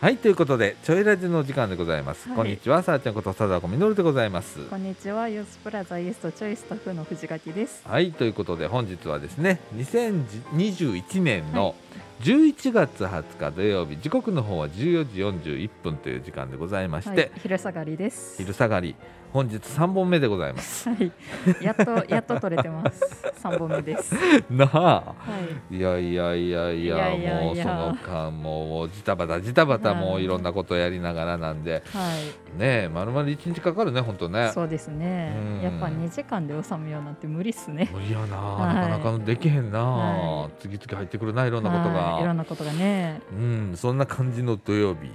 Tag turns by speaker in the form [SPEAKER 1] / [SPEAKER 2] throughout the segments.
[SPEAKER 1] はいということでちょいラジの時間でございます、
[SPEAKER 2] はい
[SPEAKER 1] こんにちはさあちゃんこと貞子みのるでございます
[SPEAKER 2] こんにちは、ユースプラザイエストチョイスタッフの藤垣です。
[SPEAKER 1] はいということで本日はですね2021年
[SPEAKER 2] は
[SPEAKER 1] の11月20日土曜日時刻の方は14時41分という時間でございまして、
[SPEAKER 2] はい、昼下がりです。
[SPEAKER 1] 昼下がり本日3本目でござい ます
[SPEAKER 2] はい、やっ とやっと取れてます。三本目です。は
[SPEAKER 1] なあ
[SPEAKER 2] い、
[SPEAKER 1] いやいやいやいや
[SPEAKER 2] いやいやいや
[SPEAKER 1] もうその間もうジタバタジタバタ
[SPEAKER 2] はい
[SPEAKER 1] もういろんなことやりながらなんで
[SPEAKER 2] はい、
[SPEAKER 1] ねえまるまる1日かかるね本当ね
[SPEAKER 2] そうです
[SPEAKER 1] うん
[SPEAKER 2] ね。やっぱ二時間で収めようなんて無理っすね。
[SPEAKER 1] 無理やな、
[SPEAKER 2] はい
[SPEAKER 1] なかなかできへんな、
[SPEAKER 2] は
[SPEAKER 1] 次々入ってくるないろんなことが、
[SPEAKER 2] はいいろんなことがね。
[SPEAKER 1] うんそんな感じの土曜日、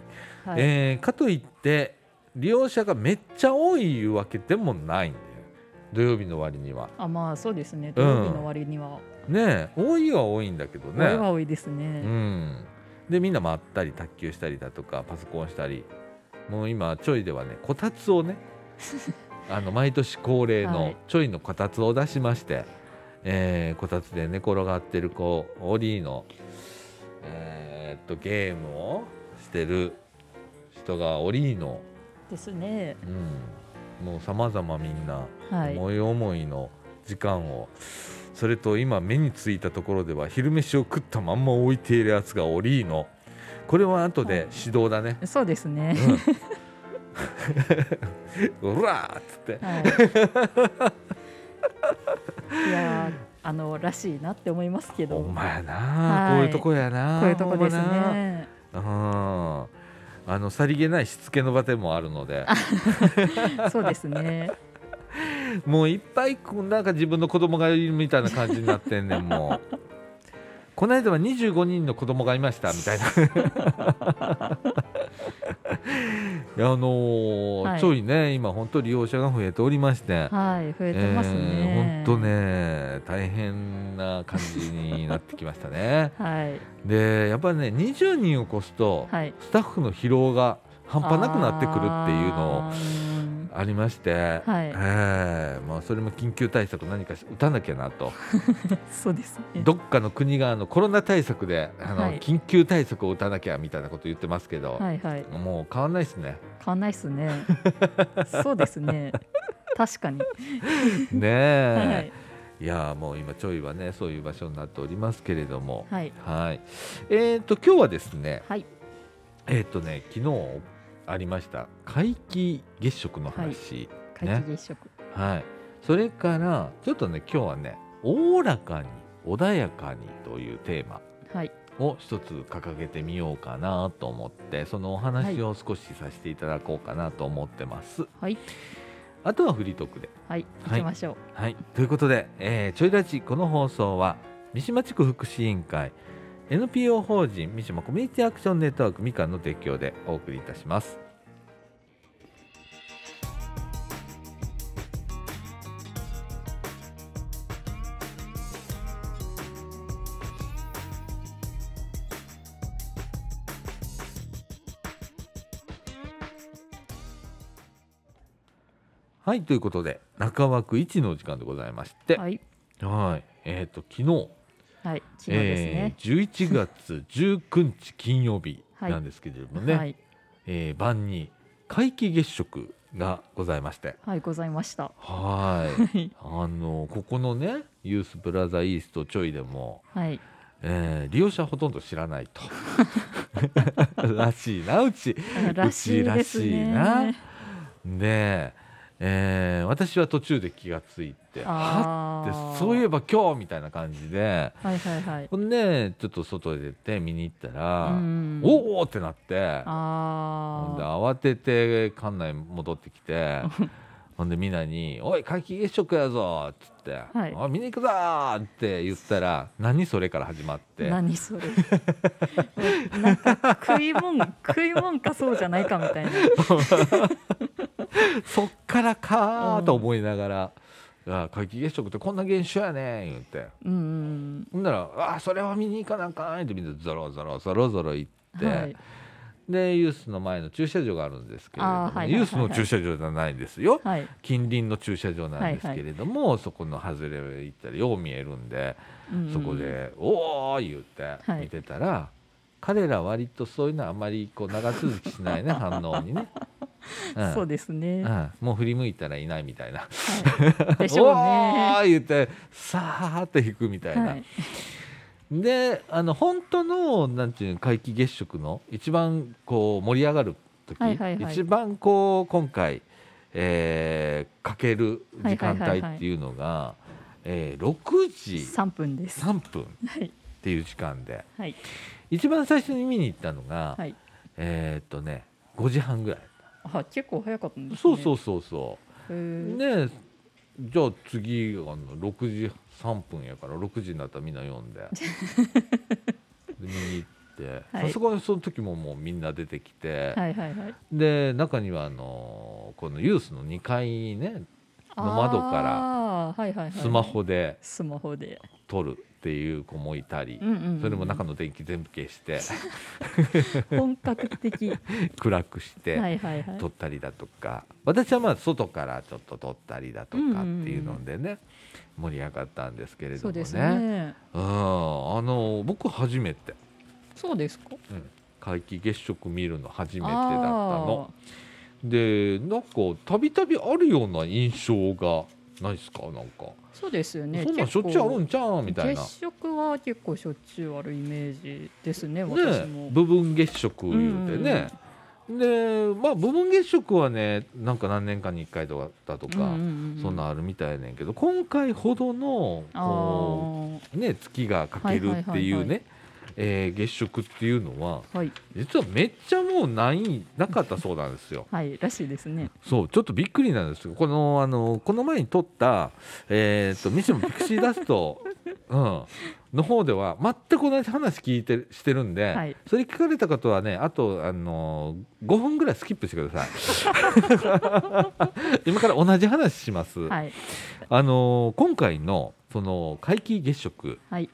[SPEAKER 2] はい、
[SPEAKER 1] えーかといって利用者がめっちゃ多いいうわけでもないんだよ土曜日の割には
[SPEAKER 2] あ、まあそうですね。土曜日の割には、
[SPEAKER 1] ねえ多いは多いんだけど
[SPEAKER 2] これは
[SPEAKER 1] ね
[SPEAKER 2] 多いです
[SPEAKER 1] う
[SPEAKER 2] ね。
[SPEAKER 1] んでみんな回ったり卓球したりだとかパソコンしたりもう今ちょいではねこたつを ねあの毎年恒例
[SPEAKER 2] は
[SPEAKER 1] の
[SPEAKER 2] い
[SPEAKER 1] ちょいのこたつを出しまして、えーこたつで寝転がってる子オリーの、えーっとゲームをしてる人がオリーの、
[SPEAKER 2] ですね。
[SPEAKER 1] うん、もうさまざまみんな
[SPEAKER 2] はい。
[SPEAKER 1] 思い思いの時間を、それと今目についたところでは昼飯を食ったまんま置いているやつがオリーのこれは後で指導だね。
[SPEAKER 2] そうですね。
[SPEAKER 1] うらーっつって
[SPEAKER 2] はい。いやー、あのらしいなって思いますけ
[SPEAKER 1] ほ
[SPEAKER 2] ど。
[SPEAKER 1] んまやな、
[SPEAKER 2] はい
[SPEAKER 1] こういうとこやな
[SPEAKER 2] こういうとこです
[SPEAKER 1] ほんまな
[SPEAKER 2] ね。
[SPEAKER 1] うんあのさりげないしつけの場でもあるので
[SPEAKER 2] そうですね。
[SPEAKER 1] もういっぱいこうなんか自分の子供がいるみたいな感じになってんねんも うこの間は25人の子供がいましたみ たいないやあのー
[SPEAKER 2] はい
[SPEAKER 1] ちょいね今本当利用者が増えておりまして
[SPEAKER 2] はい、増えてますね。
[SPEAKER 1] えー本当。ね大変な感じになってきました ね
[SPEAKER 2] はい、
[SPEAKER 1] でやっぱりね20人を超すと、
[SPEAKER 2] はい。
[SPEAKER 1] スタッフの疲労が半端なくなってくるっていうのを
[SPEAKER 2] あーうん
[SPEAKER 1] ありまして、
[SPEAKER 2] はい
[SPEAKER 1] ええまあ、それも緊急対策何かし打たなきゃなと
[SPEAKER 2] そうですね。
[SPEAKER 1] どっかの国があのコロナ対策であの、
[SPEAKER 2] はい
[SPEAKER 1] 緊急対策を打たなきゃみたいなこと言ってますけど、
[SPEAKER 2] はい、はい。
[SPEAKER 1] もう変わんないです ね。
[SPEAKER 2] 変わんないですね。そうですね。確かに。
[SPEAKER 1] ね
[SPEAKER 2] は
[SPEAKER 1] え、
[SPEAKER 2] い、
[SPEAKER 1] い、やもう今ちょいはねそういう場所になっておりますけれども、
[SPEAKER 2] はい、
[SPEAKER 1] はいえっ、と今日はですね
[SPEAKER 2] はい、
[SPEAKER 1] えっ、とね昨日ありました皆既月食の話、
[SPEAKER 2] 皆既月食。
[SPEAKER 1] はい、それからちょっとね今日はね「おおらかに穏やかに」というテーマ
[SPEAKER 2] はい、
[SPEAKER 1] を一つ掲げてみようかなと思ってそのお話を少しさせていただこうかなと思ってます。
[SPEAKER 2] はい、
[SPEAKER 1] あとはフリートークで、
[SPEAKER 2] はい、
[SPEAKER 1] は
[SPEAKER 2] 行
[SPEAKER 1] い
[SPEAKER 2] きましょう。
[SPEAKER 1] はい、ということで、えーちょいラジこの放送は三島地区福祉委員会 NPO 法人三島コミュニティアクションネットワークみかんの提供でお送りいたします。はいということで中枠1のお時間でございまして、
[SPEAKER 2] は、
[SPEAKER 1] はいえっ、と昨日
[SPEAKER 2] はい、昨日ですね。
[SPEAKER 1] えー、11月19日金曜日
[SPEAKER 2] はい
[SPEAKER 1] なんですけれどもね、
[SPEAKER 2] はい、
[SPEAKER 1] えー晩に皆既月食がございまして
[SPEAKER 2] はい、ございました。
[SPEAKER 1] はーい
[SPEAKER 2] はい、
[SPEAKER 1] あのここのねユースブラザーイーストちょいでも、
[SPEAKER 2] はい、
[SPEAKER 1] えー利用者ほとんど知らない とらしいなうち
[SPEAKER 2] らしいですね。
[SPEAKER 1] で、えー私は途中で気がついては
[SPEAKER 2] あ
[SPEAKER 1] っ
[SPEAKER 2] ー
[SPEAKER 1] てそういえば今日みたいな感じで
[SPEAKER 2] はい、はい、はい。
[SPEAKER 1] ほんでちょっと外へ出て見に行ったら、
[SPEAKER 2] うん
[SPEAKER 1] おおってなってほんで
[SPEAKER 2] あ
[SPEAKER 1] 慌てて館内戻ってき てほんでみんなに「おい皆既月食やぞ」っつって「
[SPEAKER 2] はい
[SPEAKER 1] おい見に行くぞ!」って言ったら「何それ?」から始まっ
[SPEAKER 2] あ
[SPEAKER 1] て
[SPEAKER 2] 何それ なんか食いもん食いもんかそうじゃないかみたいな
[SPEAKER 1] そっからかーと思いながら「あ皆既月食ってこんな現象やねん」言って
[SPEAKER 2] うん
[SPEAKER 1] ほんなら「あそれは見に行かなあかん」ってみんなゾロゾロゾロゾロ行っ
[SPEAKER 2] うん
[SPEAKER 1] て、
[SPEAKER 2] はい
[SPEAKER 1] でユースの前の駐車場があるんですけれども、
[SPEAKER 2] あーはいはいはいはい
[SPEAKER 1] ユースの駐車場じゃないんですよ。
[SPEAKER 2] はい
[SPEAKER 1] 近隣の駐車場なんですけれども、そこの外れ行ったらよう見えるんで、
[SPEAKER 2] うんうん
[SPEAKER 1] そこで「おお!」言って
[SPEAKER 2] はい
[SPEAKER 1] 見てたら「彼ら割とそういうのはあまりこう長続きしない ね反応にね。うん
[SPEAKER 2] そうですね。
[SPEAKER 1] う
[SPEAKER 2] は
[SPEAKER 1] ん、もう振り向いたらいないみたいな。
[SPEAKER 2] い、でしょうね。
[SPEAKER 1] おー言ってさーっと引くみたいな。
[SPEAKER 2] はい、
[SPEAKER 1] であの本当のなんていうの皆既月食の一番こう盛り上がる時、
[SPEAKER 2] はいはいはい
[SPEAKER 1] 一番こう今回、えー、かける時間
[SPEAKER 2] はいは
[SPEAKER 1] 帯
[SPEAKER 2] いはいはい
[SPEAKER 1] っていうのが、えー6時
[SPEAKER 2] 三分です。は
[SPEAKER 1] 3分っ
[SPEAKER 2] い
[SPEAKER 1] ていう時間で
[SPEAKER 2] はい
[SPEAKER 1] 一番最初に見に行ったのが、
[SPEAKER 2] はい。
[SPEAKER 1] えーっとね5時半ぐらい。
[SPEAKER 2] あ結構早かったんです
[SPEAKER 1] そ
[SPEAKER 2] ね。
[SPEAKER 1] うそう
[SPEAKER 2] う。
[SPEAKER 1] そうそう。
[SPEAKER 2] ね、
[SPEAKER 1] ねじゃあ次あの6時3分やから6時になったらみんな読 んでで見に行って
[SPEAKER 2] はい
[SPEAKER 1] さすがにその時ももうみんな出てきて、
[SPEAKER 2] はいはいはい。
[SPEAKER 1] で中にはあのこのユースの2階にねの窓から
[SPEAKER 2] あーはいはいはい、
[SPEAKER 1] スマホで
[SPEAKER 2] スマホで、
[SPEAKER 1] 撮るっていう子もいたり
[SPEAKER 2] う。んうんうん、
[SPEAKER 1] それも中の電気全部消して
[SPEAKER 2] 本格的は
[SPEAKER 1] 暗くし
[SPEAKER 2] いは
[SPEAKER 1] て
[SPEAKER 2] いはい
[SPEAKER 1] 撮ったりだとか私はまあ外からちょっと撮ったりだとかっていうのでね盛り上がったんですけれど
[SPEAKER 2] そう
[SPEAKER 1] も
[SPEAKER 2] です
[SPEAKER 1] ね。
[SPEAKER 2] ね
[SPEAKER 1] うんあの僕初めて、
[SPEAKER 2] そうですか
[SPEAKER 1] 皆既月食見るの初めてだった
[SPEAKER 2] あ
[SPEAKER 1] のでなんかたびたびあるような印象がないですかなんか、
[SPEAKER 2] ーそうですよね
[SPEAKER 1] そんなんしょっちゅうあるんちゃうみ
[SPEAKER 2] 結構
[SPEAKER 1] たいな
[SPEAKER 2] 月食は結構しょっちゅうあるイメージですね私
[SPEAKER 1] ね
[SPEAKER 2] も、
[SPEAKER 1] 部分月食言うてね、でまあ部分月食はねなんか何年間に1回とかだとか、
[SPEAKER 2] うんうんう
[SPEAKER 1] そんなんあるみたいねんけど今回ほどの
[SPEAKER 2] あ
[SPEAKER 1] こ
[SPEAKER 2] ー
[SPEAKER 1] う、ね、月が欠けるっていう
[SPEAKER 2] はいはいはいは
[SPEAKER 1] ねえー月食っていうのは
[SPEAKER 2] はい
[SPEAKER 1] 実はめっちゃもうないなかったそうなんですよ。
[SPEAKER 2] はいらしいですね
[SPEAKER 1] そうちょっとびっくりなんですけどこのあのこの前に撮った「えー、とミッションピクシーダス ト」うん、の方では全く同じ話聞いてるしてるんで、
[SPEAKER 2] はい
[SPEAKER 1] それ聞かれた方はねあとあの5分ぐらいスキップしてください 今から同じ話します、
[SPEAKER 2] はい
[SPEAKER 1] あの今回のその皆既月食、
[SPEAKER 2] はい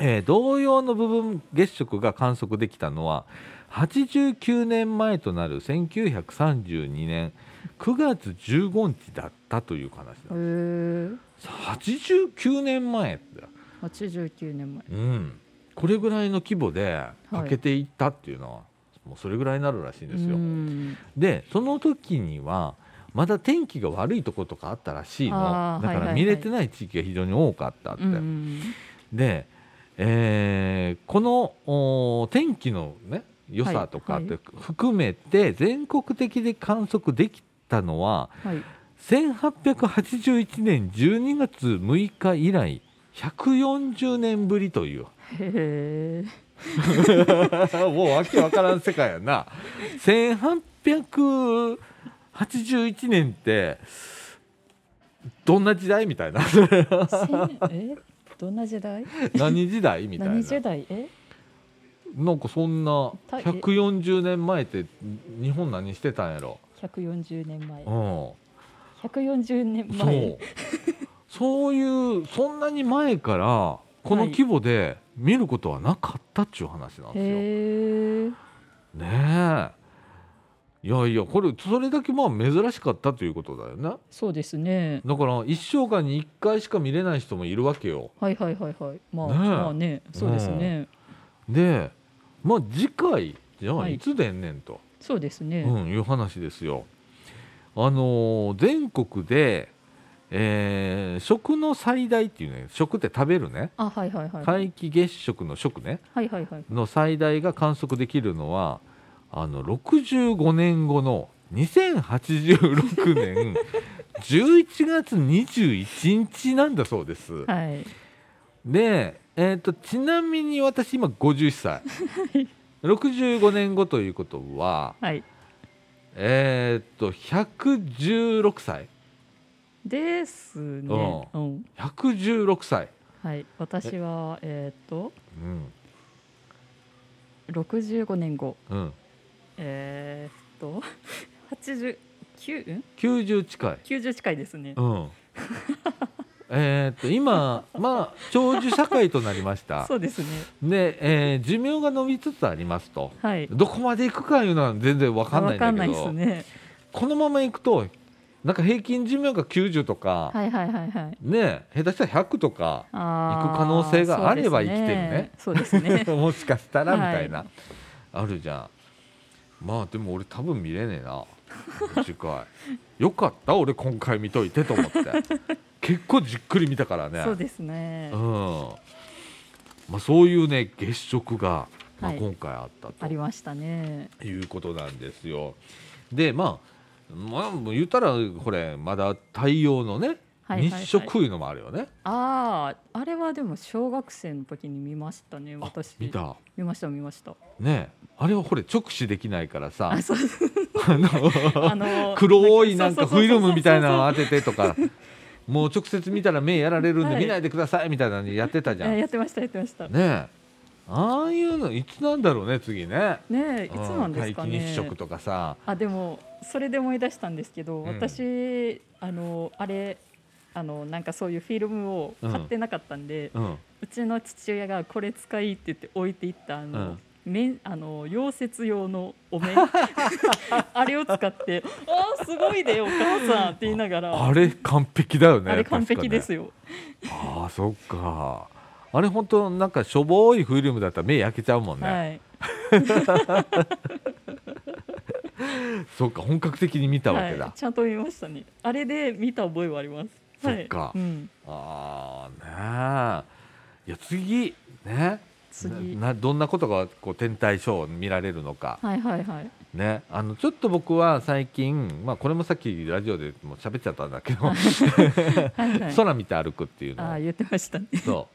[SPEAKER 1] えー同様の部分月食が観測できたのは89年前となる1932年9月15日だったという話なん
[SPEAKER 2] え
[SPEAKER 1] です
[SPEAKER 2] ー、
[SPEAKER 1] 89年前って、
[SPEAKER 2] 89年前
[SPEAKER 1] うん、これぐらいの規模で
[SPEAKER 2] い
[SPEAKER 1] 欠けていったっていうのは、もうそれぐらいになるらしいんですよ。
[SPEAKER 2] うん
[SPEAKER 1] でその時にはまだ天気が悪いところとかあったらしい
[SPEAKER 2] あ
[SPEAKER 1] の
[SPEAKER 2] ー
[SPEAKER 1] だか
[SPEAKER 2] はいはいは
[SPEAKER 1] ら
[SPEAKER 2] い
[SPEAKER 1] 見れてない地域が非常に多かったって。
[SPEAKER 2] うんうん
[SPEAKER 1] で、えーこのおー天気の、ね、良さとか
[SPEAKER 2] は
[SPEAKER 1] っ
[SPEAKER 2] い
[SPEAKER 1] て含めて全国的で観測できたのは
[SPEAKER 2] はい
[SPEAKER 1] 1881年12月6日以来140年ぶりという
[SPEAKER 2] へ
[SPEAKER 1] もうわけわからん世界やな1881年ってどんな時代みたいな
[SPEAKER 2] えせんえどんな時代
[SPEAKER 1] 何時代みたいな
[SPEAKER 2] 何時代え
[SPEAKER 1] なんかそんな
[SPEAKER 2] たえ
[SPEAKER 1] 140年前って日本何してたんやろ、
[SPEAKER 2] 140年前
[SPEAKER 1] うん、
[SPEAKER 2] 140年
[SPEAKER 1] そ
[SPEAKER 2] 前
[SPEAKER 1] う そういうそんなに前からこの規模で見ることはなかったっちゅう話なんですよ。
[SPEAKER 2] へえ
[SPEAKER 1] ねえいやいやこれそれだけまあ珍しかったということだよね
[SPEAKER 2] そうですね
[SPEAKER 1] だから一生間に1回しか見れない人もいるわけよ。
[SPEAKER 2] はいはいはいはいまあ
[SPEAKER 1] ねえ
[SPEAKER 2] まあねそうですね
[SPEAKER 1] でまあ次回じゃあ
[SPEAKER 2] はい
[SPEAKER 1] いつ出んねんと。
[SPEAKER 2] そうですね
[SPEAKER 1] うん、いう話ですよ。あのー全国で、えー食の最大っていうね食って食べるね
[SPEAKER 2] あはいはいはいは
[SPEAKER 1] 皆
[SPEAKER 2] い
[SPEAKER 1] 既月食の食ね
[SPEAKER 2] はいはいはい
[SPEAKER 1] の最大が観測できるのはあの65年後の2086年 11月21日なんだそうです。
[SPEAKER 2] はい
[SPEAKER 1] で、えー、とちなみに私今51歳65年後ということは
[SPEAKER 2] はい
[SPEAKER 1] えー、っと116歳
[SPEAKER 2] ですねうん
[SPEAKER 1] 116歳、
[SPEAKER 2] はい私はえーっと
[SPEAKER 1] うん
[SPEAKER 2] 65年後
[SPEAKER 1] うん、
[SPEAKER 2] えーっと89ん
[SPEAKER 1] 90近い、
[SPEAKER 2] 90近いです ね
[SPEAKER 1] うん、えー、っと今まあ長寿社会となりま した
[SPEAKER 2] そうですね
[SPEAKER 1] で、えー寿命が伸びつつありますと
[SPEAKER 2] はい
[SPEAKER 1] どこまでいくかいうのは全然わかんない
[SPEAKER 2] わ
[SPEAKER 1] ん
[SPEAKER 2] か
[SPEAKER 1] だ
[SPEAKER 2] んな
[SPEAKER 1] け
[SPEAKER 2] い
[SPEAKER 1] ど
[SPEAKER 2] ですね
[SPEAKER 1] このままいくとなんか平均寿命が90とか、
[SPEAKER 2] はいはいはいはい。
[SPEAKER 1] ね下手したら100とか
[SPEAKER 2] あー
[SPEAKER 1] 行く可能性があれば生きてるね。
[SPEAKER 2] そうですね。そうです ね
[SPEAKER 1] もしかしたらみたいな、
[SPEAKER 2] はい
[SPEAKER 1] あるじゃんまあでも俺多分見れねえな次 回よかった俺今回見といてと思って 結構じっくり見たからね
[SPEAKER 2] そうですね
[SPEAKER 1] うん。まあ、そういうね月食が、まあ、
[SPEAKER 2] はい
[SPEAKER 1] 今回あったと、
[SPEAKER 2] ありましたね。
[SPEAKER 1] いうことなんですよ。でまあまあ言ったらこれまだ太陽のね
[SPEAKER 2] はいはいはい
[SPEAKER 1] 日食いうのもあるよね。
[SPEAKER 2] ああ、あれはでも小学生の時に見ましたね。
[SPEAKER 1] あ
[SPEAKER 2] 私。
[SPEAKER 1] 見た
[SPEAKER 2] 見ました見 ました。
[SPEAKER 1] ねえあれはこれ直視できないからさ
[SPEAKER 2] あ、そう。
[SPEAKER 1] あの
[SPEAKER 2] あの
[SPEAKER 1] 黒いなんかフィルムみたいなの
[SPEAKER 2] あ
[SPEAKER 1] 当ててとかもう直接見たら目やられるんで
[SPEAKER 2] はい
[SPEAKER 1] 見ないでくださいみたいなのやってたじゃん。ね
[SPEAKER 2] やってましたやってました。ね
[SPEAKER 1] えああいうのいつなんだろうね次ね。
[SPEAKER 2] え、いつなんですか
[SPEAKER 1] うん
[SPEAKER 2] ね。
[SPEAKER 1] 皆既日食とかさ
[SPEAKER 2] あでもそれで思い出したんですけど、
[SPEAKER 1] ん
[SPEAKER 2] 私あのあれあのなんかそういうフィルムを買ってなかったんで、う
[SPEAKER 1] うん
[SPEAKER 2] ちの父親がこれ使いって言って置いていったあの、面あの溶接用の お面 あれを使って「あーすごいでお母さん」って言いながら
[SPEAKER 1] あれ完璧だよね
[SPEAKER 2] あれ完璧です
[SPEAKER 1] よ
[SPEAKER 2] よ、
[SPEAKER 1] ああそっかあれ本当なんかしょぼいフィルムだったら目焼けちゃうもんね、
[SPEAKER 2] はい
[SPEAKER 1] そっか本格的に見たわけだ、
[SPEAKER 2] はい、ちゃんと見ましたねあれで見た覚えはありますはい
[SPEAKER 1] そっか
[SPEAKER 2] うん、
[SPEAKER 1] ああねえいや次ね
[SPEAKER 2] 次
[SPEAKER 1] ななどんなことがこう天体ショーを見られるのか、
[SPEAKER 2] はいはいはい
[SPEAKER 1] ね、あのちょっと僕は最近、まあ、これもさっきラジオでもう喋っちゃったんだけど、
[SPEAKER 2] はいは い
[SPEAKER 1] 空見て歩くっていう
[SPEAKER 2] あ
[SPEAKER 1] の
[SPEAKER 2] あ
[SPEAKER 1] を
[SPEAKER 2] 言ってました ね
[SPEAKER 1] そ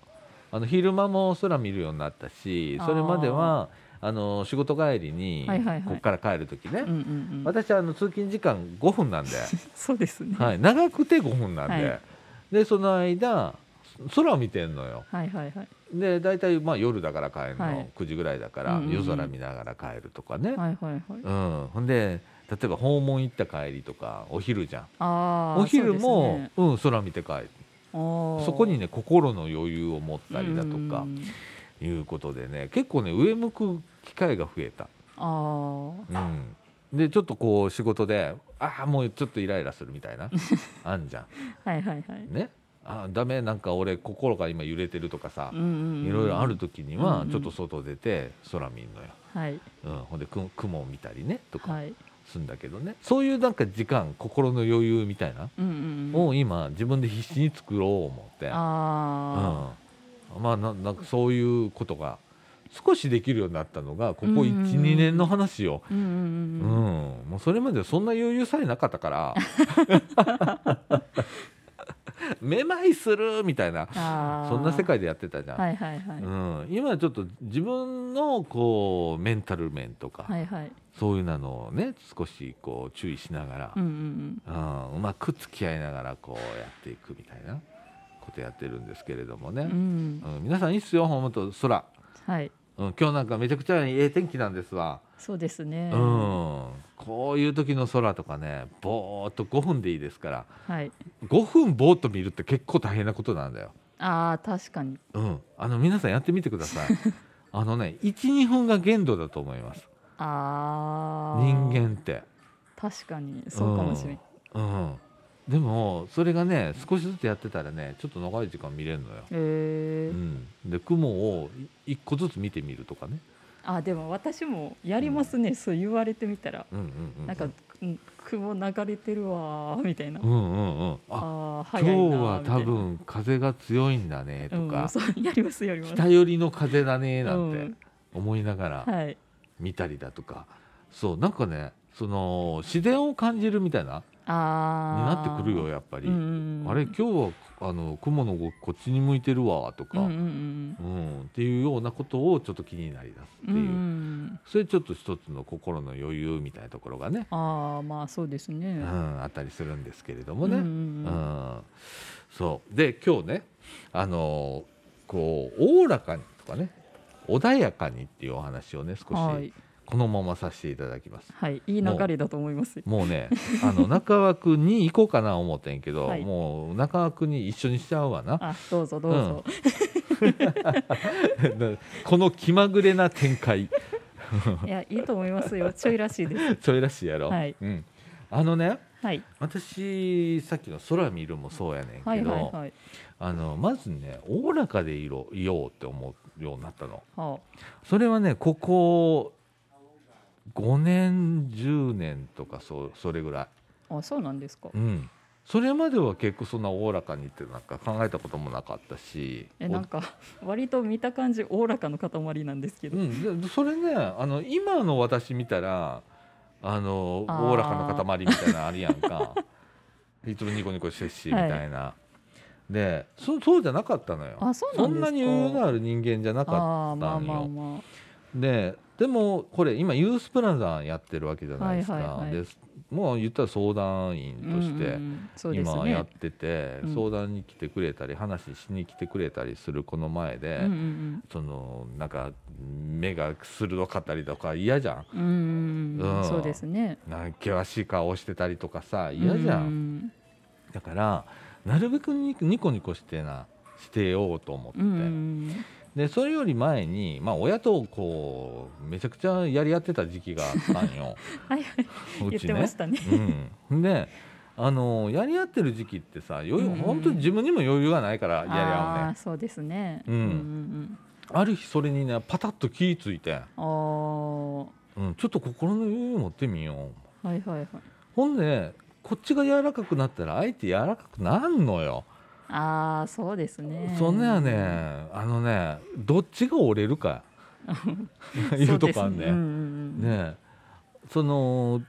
[SPEAKER 1] うあの昼間も空見るようになったしそれまではあの仕事帰りに、
[SPEAKER 2] はいはいはい
[SPEAKER 1] ここから帰る時ね、
[SPEAKER 2] うんうんうん
[SPEAKER 1] 私はあの通勤時間5分 なんで、
[SPEAKER 2] そうですね。
[SPEAKER 1] はい、長くて5分なんで、
[SPEAKER 2] はい
[SPEAKER 1] でその間空を見てんのよ
[SPEAKER 2] はいはいはい。
[SPEAKER 1] で大体まあ夜だから帰るの、
[SPEAKER 2] はい
[SPEAKER 1] 9時ぐらいだから、
[SPEAKER 2] うんうんうん
[SPEAKER 1] 夜空見ながら帰るとかね、
[SPEAKER 2] はいはいはい。
[SPEAKER 1] うん、ほんで例えば訪問行った帰りとかお昼じゃん
[SPEAKER 2] ああ。
[SPEAKER 1] お昼もう、
[SPEAKER 2] そうですね
[SPEAKER 1] ん、空見て帰る
[SPEAKER 2] おー
[SPEAKER 1] そこにね心の余裕を持ったりだとか
[SPEAKER 2] うん
[SPEAKER 1] いうことでね結構ね上向く機会が増えた。
[SPEAKER 2] あ
[SPEAKER 1] うん、でちょっとこう仕事でああもうちょっとイライラするみ たいなあんじゃ
[SPEAKER 2] あ。はいはいはい。
[SPEAKER 1] んねあーダメなんか俺心が今揺れてるとかさ
[SPEAKER 2] うんうんうん。
[SPEAKER 1] いろいろある。時に
[SPEAKER 2] うんう
[SPEAKER 1] は
[SPEAKER 2] ん
[SPEAKER 1] ちょっと外出て空見んのよ、
[SPEAKER 2] はい
[SPEAKER 1] うん、ほんでく雲を見たりねとか
[SPEAKER 2] はい。
[SPEAKER 1] すんだけどねそういうなんか時間心の余裕みたいな
[SPEAKER 2] うんうんうん。
[SPEAKER 1] を今自分で必死に作ろう思って、うん、
[SPEAKER 2] ああ。
[SPEAKER 1] まあななんかそういうことが少しできるようになったのがここ
[SPEAKER 2] うんうんうん
[SPEAKER 1] 12年の話よ。
[SPEAKER 2] うんう
[SPEAKER 1] うん
[SPEAKER 2] んうん。
[SPEAKER 1] もうそれまでそんな余裕さえなかったから めまいするみたいな
[SPEAKER 2] ああ。
[SPEAKER 1] そんな世。界でやってたじゃん、
[SPEAKER 2] はいはいはい。
[SPEAKER 1] うん、今はちょっと自分のこうメンタル面とか、
[SPEAKER 2] はいはい。
[SPEAKER 1] そういうのをね少しこう注意しながら、
[SPEAKER 2] うんうんうん。
[SPEAKER 1] うんうまく付き合いながらこうやっていくみたいなことやってるんですけれども
[SPEAKER 2] う
[SPEAKER 1] ね、
[SPEAKER 2] ん
[SPEAKER 1] う。ん皆さんいいっすよほんと空、
[SPEAKER 2] はい。
[SPEAKER 1] うん、今日なんかめちゃくちゃええ天気なんですわ。
[SPEAKER 2] そうですね。
[SPEAKER 1] う。ん、こういう時の空とかねぼーっと5分でいいですから
[SPEAKER 2] はい。
[SPEAKER 1] 5分ぼーっと見るって結構大変なことなんだよ、
[SPEAKER 2] ああ確かに。
[SPEAKER 1] うん、あの皆さんやってみてくださいあのね12分が限度だと思います
[SPEAKER 2] ああ。
[SPEAKER 1] 人。間って、
[SPEAKER 2] 確かにそうかもしれない。
[SPEAKER 1] うん、でもそれがね少しずつやってたらねちょっと長い時間見れるのよ、
[SPEAKER 2] え
[SPEAKER 1] う
[SPEAKER 2] え。
[SPEAKER 1] ん、で雲を1個ずつ見てみるとかね、
[SPEAKER 2] あでも私もやりますね。そう言われてみたら。
[SPEAKER 1] うんうんうん、
[SPEAKER 2] なんか、うん、雲流れてるわーみたいな。
[SPEAKER 1] うんうんうんあ今
[SPEAKER 2] ああー早い
[SPEAKER 1] 日
[SPEAKER 2] なー
[SPEAKER 1] は
[SPEAKER 2] みたい
[SPEAKER 1] 多
[SPEAKER 2] な
[SPEAKER 1] 分風が強いんだねとか、
[SPEAKER 2] うん、そうやりますやります。
[SPEAKER 1] 北寄りの風だねなん
[SPEAKER 2] う
[SPEAKER 1] て
[SPEAKER 2] ん
[SPEAKER 1] 思いながら
[SPEAKER 2] はい。
[SPEAKER 1] 見たりだとか、そうなんかねその自然を感じるみたいなに
[SPEAKER 2] あ
[SPEAKER 1] な
[SPEAKER 2] あ。
[SPEAKER 1] ってくるよやっぱり、
[SPEAKER 2] うんうんうん
[SPEAKER 1] あれ今日はあの雲の動きこっちに向いてるわとか、
[SPEAKER 2] う
[SPEAKER 1] うん
[SPEAKER 2] うんん
[SPEAKER 1] っていうようなことをちょっと気になりだすって
[SPEAKER 2] う
[SPEAKER 1] いう、
[SPEAKER 2] ん。うんうん、
[SPEAKER 1] それちょっと一つの心の余裕みたいなところがね、
[SPEAKER 2] ああまあそうですね。
[SPEAKER 1] うん、あったりするんですけれどもね。
[SPEAKER 2] うんうん
[SPEAKER 1] う
[SPEAKER 2] うん
[SPEAKER 1] んそうで今日ねあのーこうおおらかにとかね穏やかにっていうお話をね少
[SPEAKER 2] は
[SPEAKER 1] し
[SPEAKER 2] い
[SPEAKER 1] このままさせていただきます。
[SPEAKER 2] はいいい流れだと思います。
[SPEAKER 1] もうねあの 中枠に行こうかな思ってんけど、
[SPEAKER 2] はい
[SPEAKER 1] もう中枠に一緒にしちゃうわな
[SPEAKER 2] あどうぞどうぞ。
[SPEAKER 1] この気まぐれな展開
[SPEAKER 2] いやいいと思いますよ。ちょいらしいです。
[SPEAKER 1] それらしいやろ、
[SPEAKER 2] はい
[SPEAKER 1] うん、あのね
[SPEAKER 2] はい
[SPEAKER 1] 私さっきの空見るもそうやねんけど、
[SPEAKER 2] はいはいはい
[SPEAKER 1] あのまずねおおらかでいろいようって思うようになったの
[SPEAKER 2] は
[SPEAKER 1] それはねここ5年10年とかそうそれぐらい
[SPEAKER 2] ああそうなんですか
[SPEAKER 1] うんそれまでは結構そんなおおらかにってなんか考えたこともなかったし
[SPEAKER 2] えなんか割と見た感じおおらかの塊なんですけ
[SPEAKER 1] う
[SPEAKER 2] ど、
[SPEAKER 1] ん、でそれねあの今の私見たらあの
[SPEAKER 2] あー
[SPEAKER 1] おおらかの塊みたいなのあるやんか いつもニコニコしてるしみ
[SPEAKER 2] は
[SPEAKER 1] た
[SPEAKER 2] い
[SPEAKER 1] いな、でそそうじゃなかったのよ
[SPEAKER 2] あそうなんですか
[SPEAKER 1] そんなに余裕のある人間じゃなか
[SPEAKER 2] ああ
[SPEAKER 1] った
[SPEAKER 2] まあ
[SPEAKER 1] のよ、
[SPEAKER 2] まあまあ
[SPEAKER 1] ででもこれ今ユースプラザーやってるわけじゃないですか、
[SPEAKER 2] はいはいはい
[SPEAKER 1] でもう言ったら相談員とし
[SPEAKER 2] うんう
[SPEAKER 1] て
[SPEAKER 2] んうんそうです
[SPEAKER 1] 今
[SPEAKER 2] ね
[SPEAKER 1] やってて、
[SPEAKER 2] うん
[SPEAKER 1] 相談に来てくれたり話しに来てくれたりするこの前で、
[SPEAKER 2] うんうん
[SPEAKER 1] そのなんか目が鋭かったりとか嫌じゃん
[SPEAKER 2] うんうんうん
[SPEAKER 1] うん
[SPEAKER 2] そうですね
[SPEAKER 1] なんか険しい顔してたりとかさ嫌じゃん、
[SPEAKER 2] ううん
[SPEAKER 1] だからなるべくにニコニコしてなしてようと思って、
[SPEAKER 2] うんうん
[SPEAKER 1] でそれより前に、まあ、親とこうめちゃくちゃやり合ってた時期があったんよ
[SPEAKER 2] はいはいう言っ
[SPEAKER 1] ち
[SPEAKER 2] てましたね
[SPEAKER 1] うん、であのやり合ってる時期ってさ余裕、
[SPEAKER 2] うんうん
[SPEAKER 1] 本当に自分にも余裕がないからやり合う
[SPEAKER 2] あ
[SPEAKER 1] ね
[SPEAKER 2] あそうですね
[SPEAKER 1] うん
[SPEAKER 2] うん
[SPEAKER 1] ある日それにねパタッと気ぃついて、
[SPEAKER 2] うんうんあ
[SPEAKER 1] うん、ちょっと心の余裕持ってみよう
[SPEAKER 2] あはいはいはい
[SPEAKER 1] ほんでこっちが柔らかくなったら相手柔らかくなんのよ、
[SPEAKER 2] ああそうですね
[SPEAKER 1] そんなやねあのねどっちが折れる か いうとこあんね,、
[SPEAKER 2] そうですうん
[SPEAKER 1] ね
[SPEAKER 2] うんうん
[SPEAKER 1] その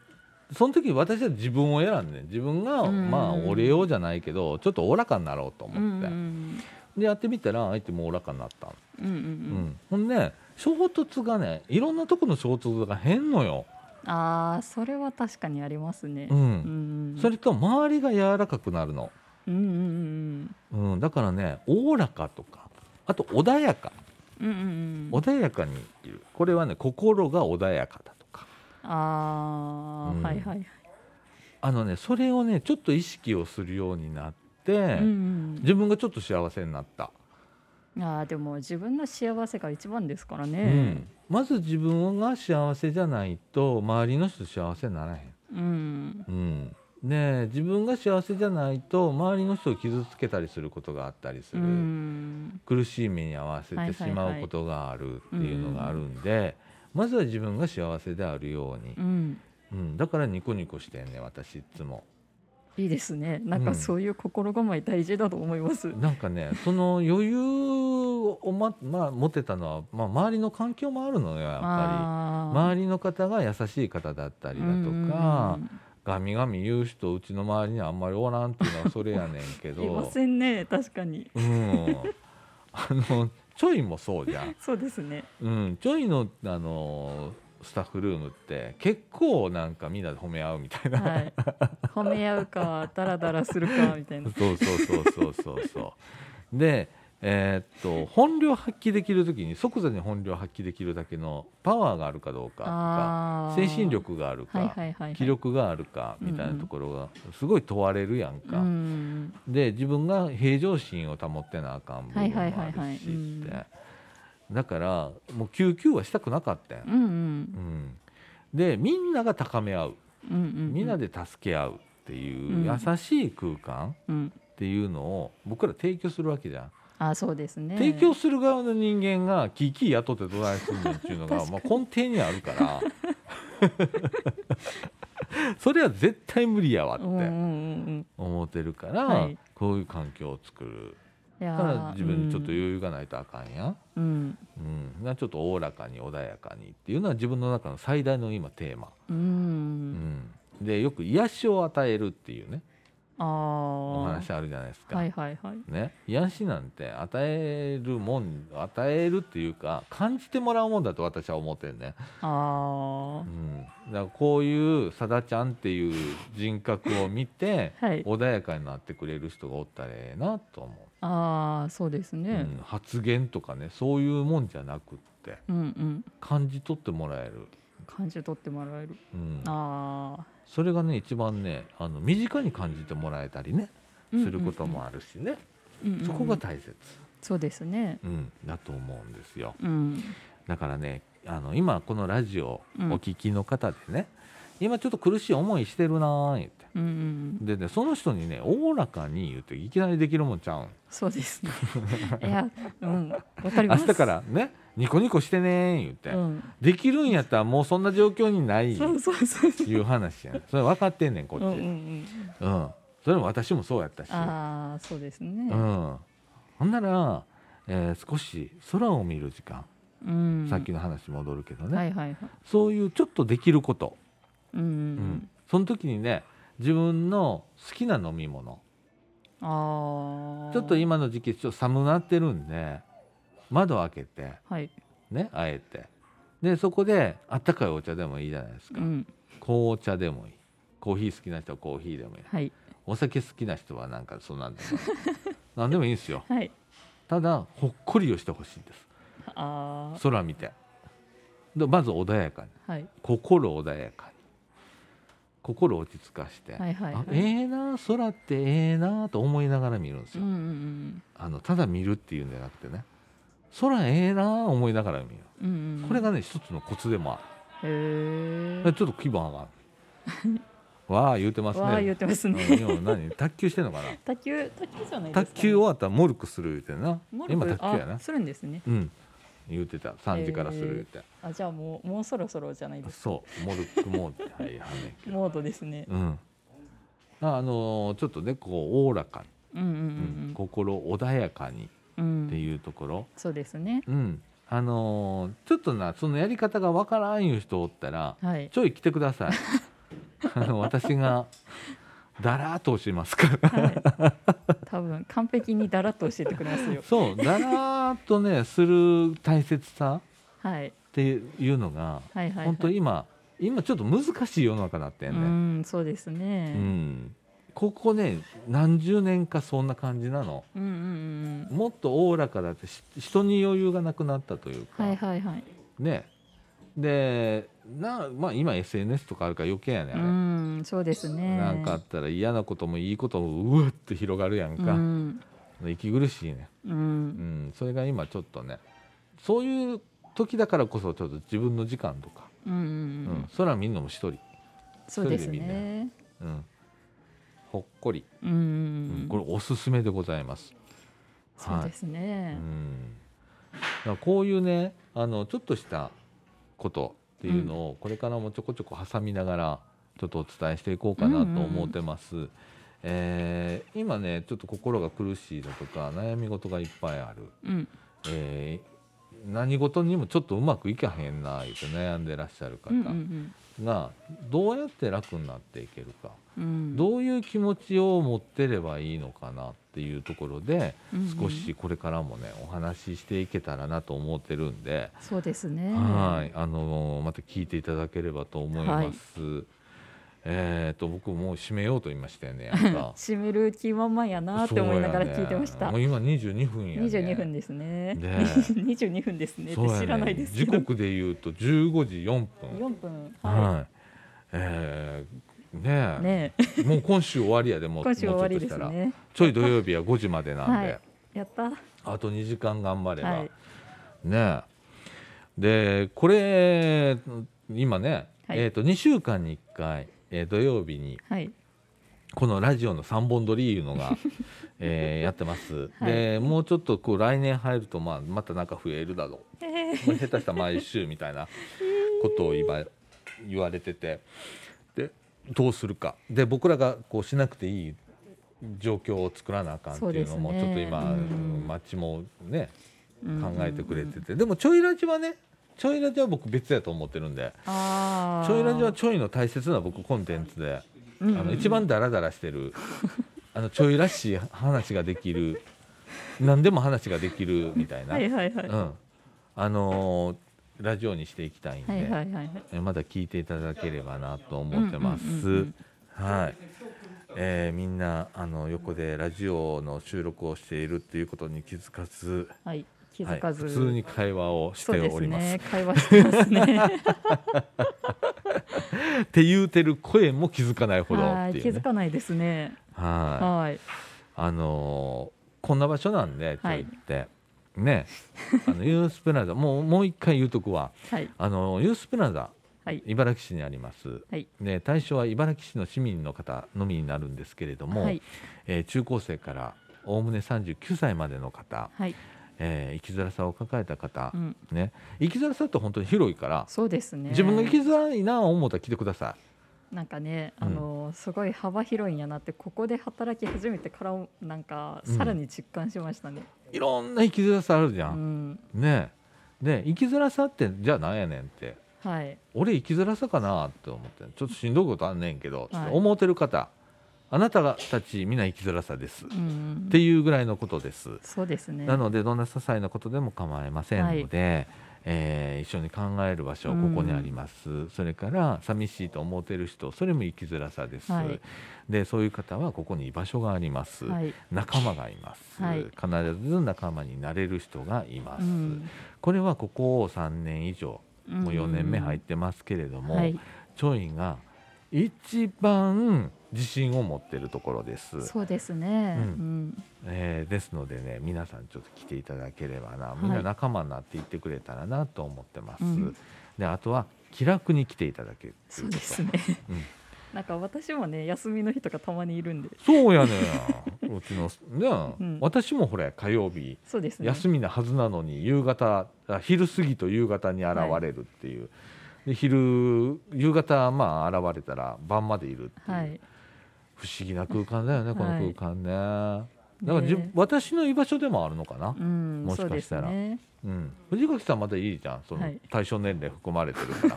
[SPEAKER 1] その時私は自分を選んで自分が、
[SPEAKER 2] うん
[SPEAKER 1] まあ折れようじゃないけどちょっとおおらかになろうと思
[SPEAKER 2] うんうん
[SPEAKER 1] って、
[SPEAKER 2] うん
[SPEAKER 1] でやってみたら相手もおおらかになったの、
[SPEAKER 2] うんうんう
[SPEAKER 1] うん
[SPEAKER 2] ん
[SPEAKER 1] ほんで衝突がねいろんなとこの衝突が変のよ、
[SPEAKER 2] ああそれは確かにありますね
[SPEAKER 1] うん
[SPEAKER 2] うんうん
[SPEAKER 1] それと周りが柔らかくなるの、
[SPEAKER 2] うんうんうん
[SPEAKER 1] うん、だからねおおらかとかあと穏やか
[SPEAKER 2] うんうんうん
[SPEAKER 1] 穏やかに生きるこれはね心が穏やかだとか
[SPEAKER 2] ああ、
[SPEAKER 1] うん
[SPEAKER 2] はいはい
[SPEAKER 1] あのねそれをねちょっと意識をするようになって、
[SPEAKER 2] はい、うん
[SPEAKER 1] 自分がちょっと幸せになった、
[SPEAKER 2] うん、ああでも自分の幸せが一番ですから
[SPEAKER 1] う
[SPEAKER 2] ね
[SPEAKER 1] ん、まず自分が幸せじゃないと周りの人幸せにならへん、
[SPEAKER 2] うん、うん
[SPEAKER 1] うん、ねえ自分が幸せじゃないと周りの人を傷つけたりすることがあったりする、苦しい目に遭わせ
[SPEAKER 2] はい
[SPEAKER 1] てし
[SPEAKER 2] はいはい
[SPEAKER 1] まうことがあるっていうのがあるんで、まずは自分が幸せであるように
[SPEAKER 2] う、ん
[SPEAKER 1] うん、だからニコニコしてんね私いつも。
[SPEAKER 2] いいですねなん
[SPEAKER 1] うん
[SPEAKER 2] かそういう心構え大事だと思います、
[SPEAKER 1] なんかねその余裕を、ままあ、持てたのは、まあ、周りの環境もあるのよやっぱり。
[SPEAKER 2] あ
[SPEAKER 1] 周りの方が優しい方だった
[SPEAKER 2] ー
[SPEAKER 1] りだとか、ガミガミ言う人うちの周りにはあんまりおらんっていうのはそれやねんけ
[SPEAKER 2] うん うんうん、いま
[SPEAKER 1] ど、
[SPEAKER 2] せんね確かに
[SPEAKER 1] うん、あのちょいもそうじゃん、
[SPEAKER 2] そうですね
[SPEAKER 1] うん、ちょいのあのスタッフルームって結構なんかみんなで褒め合うみたいな、
[SPEAKER 2] はい褒め合うかダラダラするかみたいな
[SPEAKER 1] そうそうそうそうそうそう。で、えーっと本領発揮できる時に即座に本領発揮できるだけのパワーがあるかどうかと
[SPEAKER 2] あ
[SPEAKER 1] か
[SPEAKER 2] ー
[SPEAKER 1] 精神力があるか、
[SPEAKER 2] はいはいはい、はい、
[SPEAKER 1] 気力があるかみたいなところがすごい問われるやん
[SPEAKER 2] う
[SPEAKER 1] か。
[SPEAKER 2] ん
[SPEAKER 1] で自分が平常心を保ってなあかん部分もあ
[SPEAKER 2] はいはいはいは
[SPEAKER 1] る
[SPEAKER 2] い
[SPEAKER 1] し
[SPEAKER 2] う
[SPEAKER 1] っ
[SPEAKER 2] ん
[SPEAKER 1] て。だからもう救急はしたくなかったん
[SPEAKER 2] うんう。ん
[SPEAKER 1] うん、でみんなが高め合う
[SPEAKER 2] うんうん
[SPEAKER 1] みんなで助け合うっていう
[SPEAKER 2] うん
[SPEAKER 1] 優しい空間。
[SPEAKER 2] うん
[SPEAKER 1] っていうのを僕ら提供するわけじゃん、
[SPEAKER 2] あそうですね
[SPEAKER 1] 提供する側の人間がキーキー雇ってどないすんのっていう のが
[SPEAKER 2] 確
[SPEAKER 1] まあ根底にあるから それは絶対無理やわっ
[SPEAKER 2] うんうん
[SPEAKER 1] て
[SPEAKER 2] うんうん
[SPEAKER 1] 思ってるから、
[SPEAKER 2] はい
[SPEAKER 1] こういう環境を作る
[SPEAKER 2] いや
[SPEAKER 1] だ
[SPEAKER 2] ー
[SPEAKER 1] から自分にちょっと余裕がないとあかんやん、
[SPEAKER 2] うん
[SPEAKER 1] うんなちょっとおおらかに穏やかにっていうのは自分の中の最大の今テーマ、
[SPEAKER 2] うん、う、
[SPEAKER 1] うんん、でよく癒しを与えるっていうね
[SPEAKER 2] あ
[SPEAKER 1] お
[SPEAKER 2] あ
[SPEAKER 1] 話あるじゃないですか、
[SPEAKER 2] はいはいはい
[SPEAKER 1] ね、癒しなんて与えるもん与えるっていうか感じてもらうもんだと私は思ってるね、
[SPEAKER 2] あ
[SPEAKER 1] うん、だからこういうさだちゃんっていう人格を見て
[SPEAKER 2] はい
[SPEAKER 1] 穏やかになってくれる人がおったらええなと思
[SPEAKER 2] あああそうです
[SPEAKER 1] う、う
[SPEAKER 2] ね
[SPEAKER 1] ん、発言とかねそういうもんじゃなくって
[SPEAKER 2] うんうん
[SPEAKER 1] 感じ取ってもらえる、
[SPEAKER 2] 感じ取ってもらえる
[SPEAKER 1] うん、
[SPEAKER 2] あ
[SPEAKER 1] それがね一番ねあの身近に感じてもらえたりね
[SPEAKER 2] うんうん
[SPEAKER 1] することもあるしね、
[SPEAKER 2] ー、うんうんうん、
[SPEAKER 1] そこが大切、
[SPEAKER 2] そうですね
[SPEAKER 1] うん、だと思うんですよ。
[SPEAKER 2] うん
[SPEAKER 1] だからねあの今このラジオ
[SPEAKER 2] うん
[SPEAKER 1] お聞きの方でね、今ちょっと苦しい思いしてるなー言って
[SPEAKER 2] うんうん、
[SPEAKER 1] でねその人にねおおらかに言うていきなりできるもんちゃうん
[SPEAKER 2] そうですね。 いや、うん、わか
[SPEAKER 1] 明
[SPEAKER 2] りま
[SPEAKER 1] 日
[SPEAKER 2] す。
[SPEAKER 1] からねニコニコしてねー言うて、
[SPEAKER 2] うん、
[SPEAKER 1] できるんやったらもうそんな状況にない
[SPEAKER 2] そうそうそうそう。
[SPEAKER 1] いう話やんそれ分かってんねんこっち、
[SPEAKER 2] う
[SPEAKER 1] うんん
[SPEAKER 2] うんうん、
[SPEAKER 1] それも私もそうやったし、
[SPEAKER 2] ああ、そうですね。
[SPEAKER 1] うん、ほんなら、えー少し空を見る時間、
[SPEAKER 2] うん
[SPEAKER 1] さっきの話戻るけどね、
[SPEAKER 2] はいはいはい。
[SPEAKER 1] そういうちょっとできること、
[SPEAKER 2] うん
[SPEAKER 1] うんその時にね自分の好きな飲み物
[SPEAKER 2] うん、ああ。
[SPEAKER 1] ちょっと。今の時期ちょっと寒なってるんで窓開けて
[SPEAKER 2] はい。
[SPEAKER 1] ねあえてでそこであったかいお茶でもいいじゃないです
[SPEAKER 2] う
[SPEAKER 1] か、
[SPEAKER 2] ん、
[SPEAKER 1] 紅茶でもいいコーヒー好きな人はコーヒーでもいい
[SPEAKER 2] はい。
[SPEAKER 1] お酒好きな人はなんかそんなんでもなん でもいいんですよ
[SPEAKER 2] はい。
[SPEAKER 1] ただほっこりをしてほしいんで
[SPEAKER 2] あ
[SPEAKER 1] す空見てでまず穏やかに
[SPEAKER 2] あ。はい。
[SPEAKER 1] 心穏やかに心落ち着かして、
[SPEAKER 2] はいはい、は
[SPEAKER 1] あ
[SPEAKER 2] い。
[SPEAKER 1] ええな空ってええなと思いながら見るんです
[SPEAKER 2] う
[SPEAKER 1] よ、
[SPEAKER 2] んうん
[SPEAKER 1] あのただ見るっていうんじゃなくてね空ええな思いながら見る、
[SPEAKER 2] うん。うんうん。
[SPEAKER 1] これ。がね一つのコツでもあ
[SPEAKER 2] へえ
[SPEAKER 1] る、。ちょっと気分上が るわあ言うてますね
[SPEAKER 2] わあ、言ってます
[SPEAKER 1] うん
[SPEAKER 2] ね。
[SPEAKER 1] 今何卓球してんのかな
[SPEAKER 2] 卓球、卓球じゃないですか、ね。
[SPEAKER 1] 卓球終。わったらモルクする言うてな
[SPEAKER 2] モル
[SPEAKER 1] 今
[SPEAKER 2] ク
[SPEAKER 1] 卓球やな
[SPEAKER 2] あするんですね。
[SPEAKER 1] うん言うてた3時からする言うて、
[SPEAKER 2] あ、じゃあもうもうそろそろじゃないです
[SPEAKER 1] そうモルクもはいはね
[SPEAKER 2] か。モードですね。
[SPEAKER 1] うんああのーちょっとねこうおおらかに、
[SPEAKER 2] うんうん
[SPEAKER 1] うん心穏やかに
[SPEAKER 2] うんうん。
[SPEAKER 1] っていうところ
[SPEAKER 2] そうですね。
[SPEAKER 1] うん、あのーちょっとなそのやり方がわからんいう人おったら
[SPEAKER 2] はい。
[SPEAKER 1] ちょい来てくださ いあの私がだらーっと教えますから
[SPEAKER 2] はい、多分完璧にだらっと教えてくれますよ。
[SPEAKER 1] そうだらーっとねする大切さ
[SPEAKER 2] はい、
[SPEAKER 1] っていうのが
[SPEAKER 2] はい、はい。
[SPEAKER 1] 本当
[SPEAKER 2] に。
[SPEAKER 1] 今今ちょっと難しい世の中になって
[SPEAKER 2] うん
[SPEAKER 1] ね、
[SPEAKER 2] ん、そうです
[SPEAKER 1] うん
[SPEAKER 2] ね。
[SPEAKER 1] ここね何十年かそんな感じなの
[SPEAKER 2] うん、うん、うん
[SPEAKER 1] もっとおおらかだってし人に余裕がなくなったという
[SPEAKER 2] う
[SPEAKER 1] か、
[SPEAKER 2] ん。はい、はい、はい。
[SPEAKER 1] ねでな、まあ、今 SNS とかあるから余計やね
[SPEAKER 2] う
[SPEAKER 1] あれ、
[SPEAKER 2] ん、そうですね。
[SPEAKER 1] なんかあったら嫌なこともいいこともうわっと広がるやん
[SPEAKER 2] う
[SPEAKER 1] か、
[SPEAKER 2] ん、
[SPEAKER 1] 息苦しいね、
[SPEAKER 2] う、
[SPEAKER 1] うんん、それが今ちょっとねそういう時だからこそちょっと自分の時間とか、
[SPEAKER 2] うん、うん、
[SPEAKER 1] う
[SPEAKER 2] うんん、
[SPEAKER 1] 空見るのも一人、
[SPEAKER 2] そうです
[SPEAKER 1] それで
[SPEAKER 2] ね。
[SPEAKER 1] うん、ほっこり
[SPEAKER 2] うん、うんうん
[SPEAKER 1] これおすすめでございます。
[SPEAKER 2] そうです
[SPEAKER 1] う
[SPEAKER 2] ね。
[SPEAKER 1] ん、だからこういうねあのちょっとしたことっていうのをこれからもちょこちょこ挟みながらちょっとお伝えしていこうかなと思ってます。えー今ねちょっと心が苦しいだとか悩み事がいっぱいある、
[SPEAKER 2] うん、
[SPEAKER 1] えー何事にもちょっとうまくいかへんな言って悩んでらっしゃる
[SPEAKER 2] うん、うん、う
[SPEAKER 1] 方
[SPEAKER 2] ん
[SPEAKER 1] がどうやって楽になっていけるか、
[SPEAKER 2] うん。
[SPEAKER 1] どういう気持ちを持ってればいいのかなっていうところで
[SPEAKER 2] うんうん
[SPEAKER 1] 少しこれからもねお話ししていけたらなと思ってるんで、
[SPEAKER 2] そうですね。
[SPEAKER 1] はいあのーまた聞いていただければと思います。えー、と僕もう締めようと言いましたよ ねやっぱ
[SPEAKER 2] 締める気まんまやなって思いながら聞いてました。
[SPEAKER 1] そうやねもう今22分やね
[SPEAKER 2] 二十二分ですね。
[SPEAKER 1] ね
[SPEAKER 2] 二十二分ですね。っ
[SPEAKER 1] そうや
[SPEAKER 2] て
[SPEAKER 1] ね
[SPEAKER 2] 知らないですけ
[SPEAKER 1] 時
[SPEAKER 2] ど。
[SPEAKER 1] 刻で言うと15時4分
[SPEAKER 2] 四分。
[SPEAKER 1] はい
[SPEAKER 2] は、
[SPEAKER 1] えー
[SPEAKER 2] い。
[SPEAKER 1] ね
[SPEAKER 2] ねえ、
[SPEAKER 1] えもう今週終わりやでもう
[SPEAKER 2] 今週終わりで
[SPEAKER 1] もうちょっと
[SPEAKER 2] す
[SPEAKER 1] したら
[SPEAKER 2] ね。
[SPEAKER 1] ちょい土曜日は5時までなんで、
[SPEAKER 2] はいやった。は
[SPEAKER 1] あと2時間頑張れば、
[SPEAKER 2] い。
[SPEAKER 1] ねえでこれ今ね、
[SPEAKER 2] はい
[SPEAKER 1] えー、と2週間に1回、えー土曜日に
[SPEAKER 2] はい。
[SPEAKER 1] このラジオの3本撮りいうの が、えーやってます、
[SPEAKER 2] はい
[SPEAKER 1] でもうちょっとこう来年入ると、まあ、またなんか増えるだろ
[SPEAKER 2] ええ
[SPEAKER 1] うまあ下手したら毎週みた いなことを今言われててでどうするかで僕らがこうしなくていい状況を作らなあかんっていうのも
[SPEAKER 2] そうで
[SPEAKER 1] ち
[SPEAKER 2] す
[SPEAKER 1] ょ
[SPEAKER 2] ね
[SPEAKER 1] っと今、
[SPEAKER 2] うん
[SPEAKER 1] 街もね
[SPEAKER 2] うん
[SPEAKER 1] 考えてくれててでもちょいラジはねちょいラジは僕別やと思ってるんで
[SPEAKER 2] ああ。
[SPEAKER 1] ちょいラジはちょいの大切な僕コンテンツであ
[SPEAKER 2] うん
[SPEAKER 1] の一番ダラダラしてる あのちょいらしい話ができる何でも話ができるみたいな、
[SPEAKER 2] はいはいはい。
[SPEAKER 1] う
[SPEAKER 2] は
[SPEAKER 1] ん、あのーラジオにしていきたいんで、
[SPEAKER 2] いはいはいはい。
[SPEAKER 1] えまだ聞いていただければなと思ってます。
[SPEAKER 2] うんうんうん
[SPEAKER 1] はい。えーみんなあの横でラジオの収録をしているっていうことに気づかず
[SPEAKER 2] はい。気づかず。
[SPEAKER 1] はい、普通に会話をし
[SPEAKER 2] そう
[SPEAKER 1] て
[SPEAKER 2] で
[SPEAKER 1] お
[SPEAKER 2] す
[SPEAKER 1] ります
[SPEAKER 2] ね。会話してま すね。
[SPEAKER 1] って言うてる声も気づかないほど
[SPEAKER 2] は
[SPEAKER 1] っ
[SPEAKER 2] い。
[SPEAKER 1] てい
[SPEAKER 2] 気
[SPEAKER 1] う、
[SPEAKER 2] づ
[SPEAKER 1] ね、
[SPEAKER 2] かないですね。
[SPEAKER 1] はい
[SPEAKER 2] はい。
[SPEAKER 1] あのーこんな場所なんでちょいって、 ねあのユースプラザもうもう一回言うとくわ
[SPEAKER 2] はい。
[SPEAKER 1] あのユースプラザ
[SPEAKER 2] はい
[SPEAKER 1] 茨城市にあります、
[SPEAKER 2] はい
[SPEAKER 1] ね、対象は茨城市の市民の方のみになるんですけれども、
[SPEAKER 2] はい
[SPEAKER 1] えー中高生からおおむね39歳までの方、
[SPEAKER 2] はい、
[SPEAKER 1] えー生きづらさを抱えた方
[SPEAKER 2] う、ん、
[SPEAKER 1] ね、生きづらさって本当に広いから、
[SPEAKER 2] そうですね
[SPEAKER 1] 自分が生きづらいなあ思ったら来てくださ
[SPEAKER 2] なんかね、
[SPEAKER 1] うん
[SPEAKER 2] あのすごい幅広いんやなってここで働き始めてからなんか
[SPEAKER 1] うん
[SPEAKER 2] さらに実感しましたね。
[SPEAKER 1] いいろんな生きづらさあるじ
[SPEAKER 2] う
[SPEAKER 1] ゃん、
[SPEAKER 2] ん、
[SPEAKER 1] ねで生きづらさってじゃあなんやねんって
[SPEAKER 2] はい、
[SPEAKER 1] 俺生きづらさかなって思ってちょっとしんどいことあんねんけど、
[SPEAKER 2] はい
[SPEAKER 1] ちょっと思ってる方あなたたち皆生きづらさです、
[SPEAKER 2] う
[SPEAKER 1] っ
[SPEAKER 2] ん、
[SPEAKER 1] ていうぐらいのことです、
[SPEAKER 2] そうですね。
[SPEAKER 1] なのでどんな些細なことでも構いませんので、えー一緒に考える場所
[SPEAKER 2] うん
[SPEAKER 1] ここにあります、それから寂しいと思っている人それも生きづらさです、
[SPEAKER 2] はい
[SPEAKER 1] でそういう方はここに居場所があります、
[SPEAKER 2] はい、
[SPEAKER 1] 仲間がいます、
[SPEAKER 2] はい
[SPEAKER 1] 必ず仲間になれる人がいます、
[SPEAKER 2] うん、
[SPEAKER 1] これはここ3年以上もう4年目入ってますけれども、
[SPEAKER 2] はい、
[SPEAKER 1] チョイが一番自信を持ってるところです。
[SPEAKER 2] そうですね。
[SPEAKER 1] う
[SPEAKER 2] うんん、
[SPEAKER 1] えーですのでね皆さんちょっと来ていただければな
[SPEAKER 2] はい
[SPEAKER 1] みんな仲間になっていってくれたらなと思ってます。
[SPEAKER 2] うん
[SPEAKER 1] であとは気楽に来ていただけるってい
[SPEAKER 2] そう
[SPEAKER 1] うこ
[SPEAKER 2] で
[SPEAKER 1] と
[SPEAKER 2] すね。
[SPEAKER 1] うん
[SPEAKER 2] なんか私もね休みの日とかたまにいるんで、
[SPEAKER 1] そうやねんうちのね、
[SPEAKER 2] うん
[SPEAKER 1] 私もほれ火曜日
[SPEAKER 2] そうですね。
[SPEAKER 1] 休みなはずなのに夕方あ昼過ぎと夕方に現れるっていう、で昼夕方まあ現れたら晩までいるっていう、
[SPEAKER 2] はい、
[SPEAKER 1] 不思議な空間だよねこの
[SPEAKER 2] はい
[SPEAKER 1] 空間ね。だからじゅ、
[SPEAKER 2] ね
[SPEAKER 1] 私の居場所でもあるのかな。
[SPEAKER 2] うん、
[SPEAKER 1] もしか
[SPEAKER 2] そうで
[SPEAKER 1] した
[SPEAKER 2] す
[SPEAKER 1] ら
[SPEAKER 2] ね。
[SPEAKER 1] うん、藤垣さんまだいいじゃんその
[SPEAKER 2] はい
[SPEAKER 1] 対象年齢含まれてるから、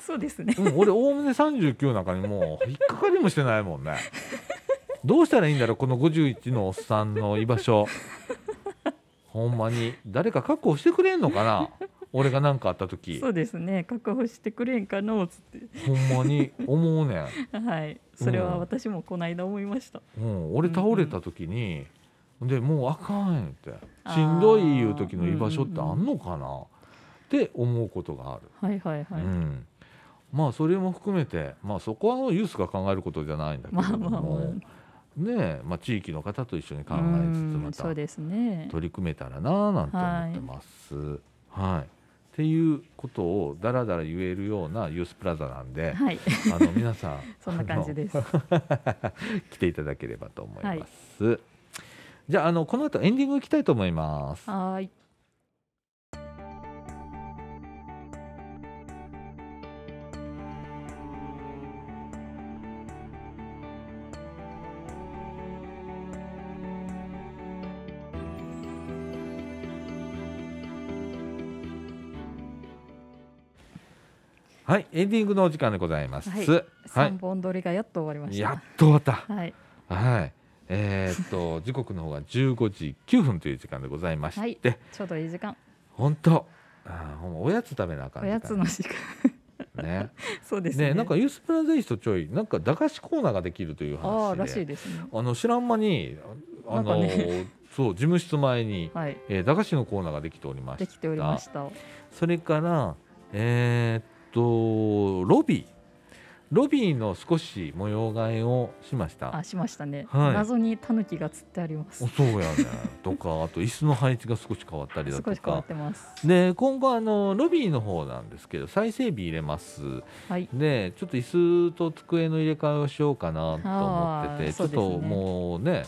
[SPEAKER 2] そうですね。
[SPEAKER 1] うん、俺おおむね39なんかにもう引っかかりもしてないもんねどうしたらいいんだろうこの51のおっさんの居場所ほんまに誰か確保してくれんのかな俺が何かあった時
[SPEAKER 2] そうですね。確保してくれんかのつって、
[SPEAKER 1] ほんまに思うねん、
[SPEAKER 2] はい、それ
[SPEAKER 1] う
[SPEAKER 2] は
[SPEAKER 1] ん
[SPEAKER 2] 私もこの間思いました。
[SPEAKER 1] うん、俺倒れた時に、でもうあかんってしんどいいう時の居場所ってあんのかな、って思うことがある。
[SPEAKER 2] はいはいはい。
[SPEAKER 1] うん、まあそれも含めて、まあ、そこはユースが考えることじゃないんだけれ
[SPEAKER 2] ま
[SPEAKER 1] ど
[SPEAKER 2] あ
[SPEAKER 1] も、
[SPEAKER 2] まあまあ。
[SPEAKER 1] ねえまあ、地域の方と一緒に考
[SPEAKER 2] う
[SPEAKER 1] えつつ
[SPEAKER 2] ん
[SPEAKER 1] ま
[SPEAKER 2] そ
[SPEAKER 1] た
[SPEAKER 2] うですね。
[SPEAKER 1] 取り組めたらなあなんて思ってます。はいっていうことをだらだら言えるようなユースプラザなん で、
[SPEAKER 2] はい、
[SPEAKER 1] あの皆さん
[SPEAKER 2] そんな感じです。は
[SPEAKER 1] あの来ていただければと思います。じゃああのこの後エンディングいきたいと思います。
[SPEAKER 2] ーい、
[SPEAKER 1] はいエンディングのお時間でございます。
[SPEAKER 2] はい
[SPEAKER 1] は
[SPEAKER 2] 三本撮りがやっと終わりま
[SPEAKER 1] い、
[SPEAKER 2] し
[SPEAKER 1] や
[SPEAKER 2] た
[SPEAKER 1] っ。と終わった。
[SPEAKER 2] はい、
[SPEAKER 1] はい。えーっ と時刻の方が15時9分という時間でございまして、
[SPEAKER 2] はいちょうどいい時間。
[SPEAKER 1] 本当あーほんまおやつ食べなあかん
[SPEAKER 2] お
[SPEAKER 1] 時間
[SPEAKER 2] やつの時 間。
[SPEAKER 1] ね。
[SPEAKER 2] そうです
[SPEAKER 1] ね
[SPEAKER 2] ね。
[SPEAKER 1] なんかユースプラザイストちょいなんか駄菓子コーナーができるという話で、
[SPEAKER 2] ああらしいですね。
[SPEAKER 1] あの知らん間にああの、
[SPEAKER 2] なんかね
[SPEAKER 1] そう事務室前に、
[SPEAKER 2] はい、
[SPEAKER 1] えー駄菓子のコーナーができておりま
[SPEAKER 2] で
[SPEAKER 1] し
[SPEAKER 2] きておりました。
[SPEAKER 1] それからえーっとロビーロビーの少し模様替えをしました。
[SPEAKER 2] あ、しましたね。
[SPEAKER 1] はい
[SPEAKER 2] 謎にタヌキが釣ってあります
[SPEAKER 1] お。そうやねとかあと椅子の配置が少し変わったりだ
[SPEAKER 2] 少
[SPEAKER 1] と
[SPEAKER 2] し変わ
[SPEAKER 1] か
[SPEAKER 2] ってます。
[SPEAKER 1] で今後あのロビーの方なんですけど再生日入れます
[SPEAKER 2] はい、
[SPEAKER 1] でちょっと椅子と机の入れ替えをしようかなと思って
[SPEAKER 2] あ
[SPEAKER 1] て、
[SPEAKER 2] ー
[SPEAKER 1] ちょっ
[SPEAKER 2] そう
[SPEAKER 1] と
[SPEAKER 2] ですね
[SPEAKER 1] もうね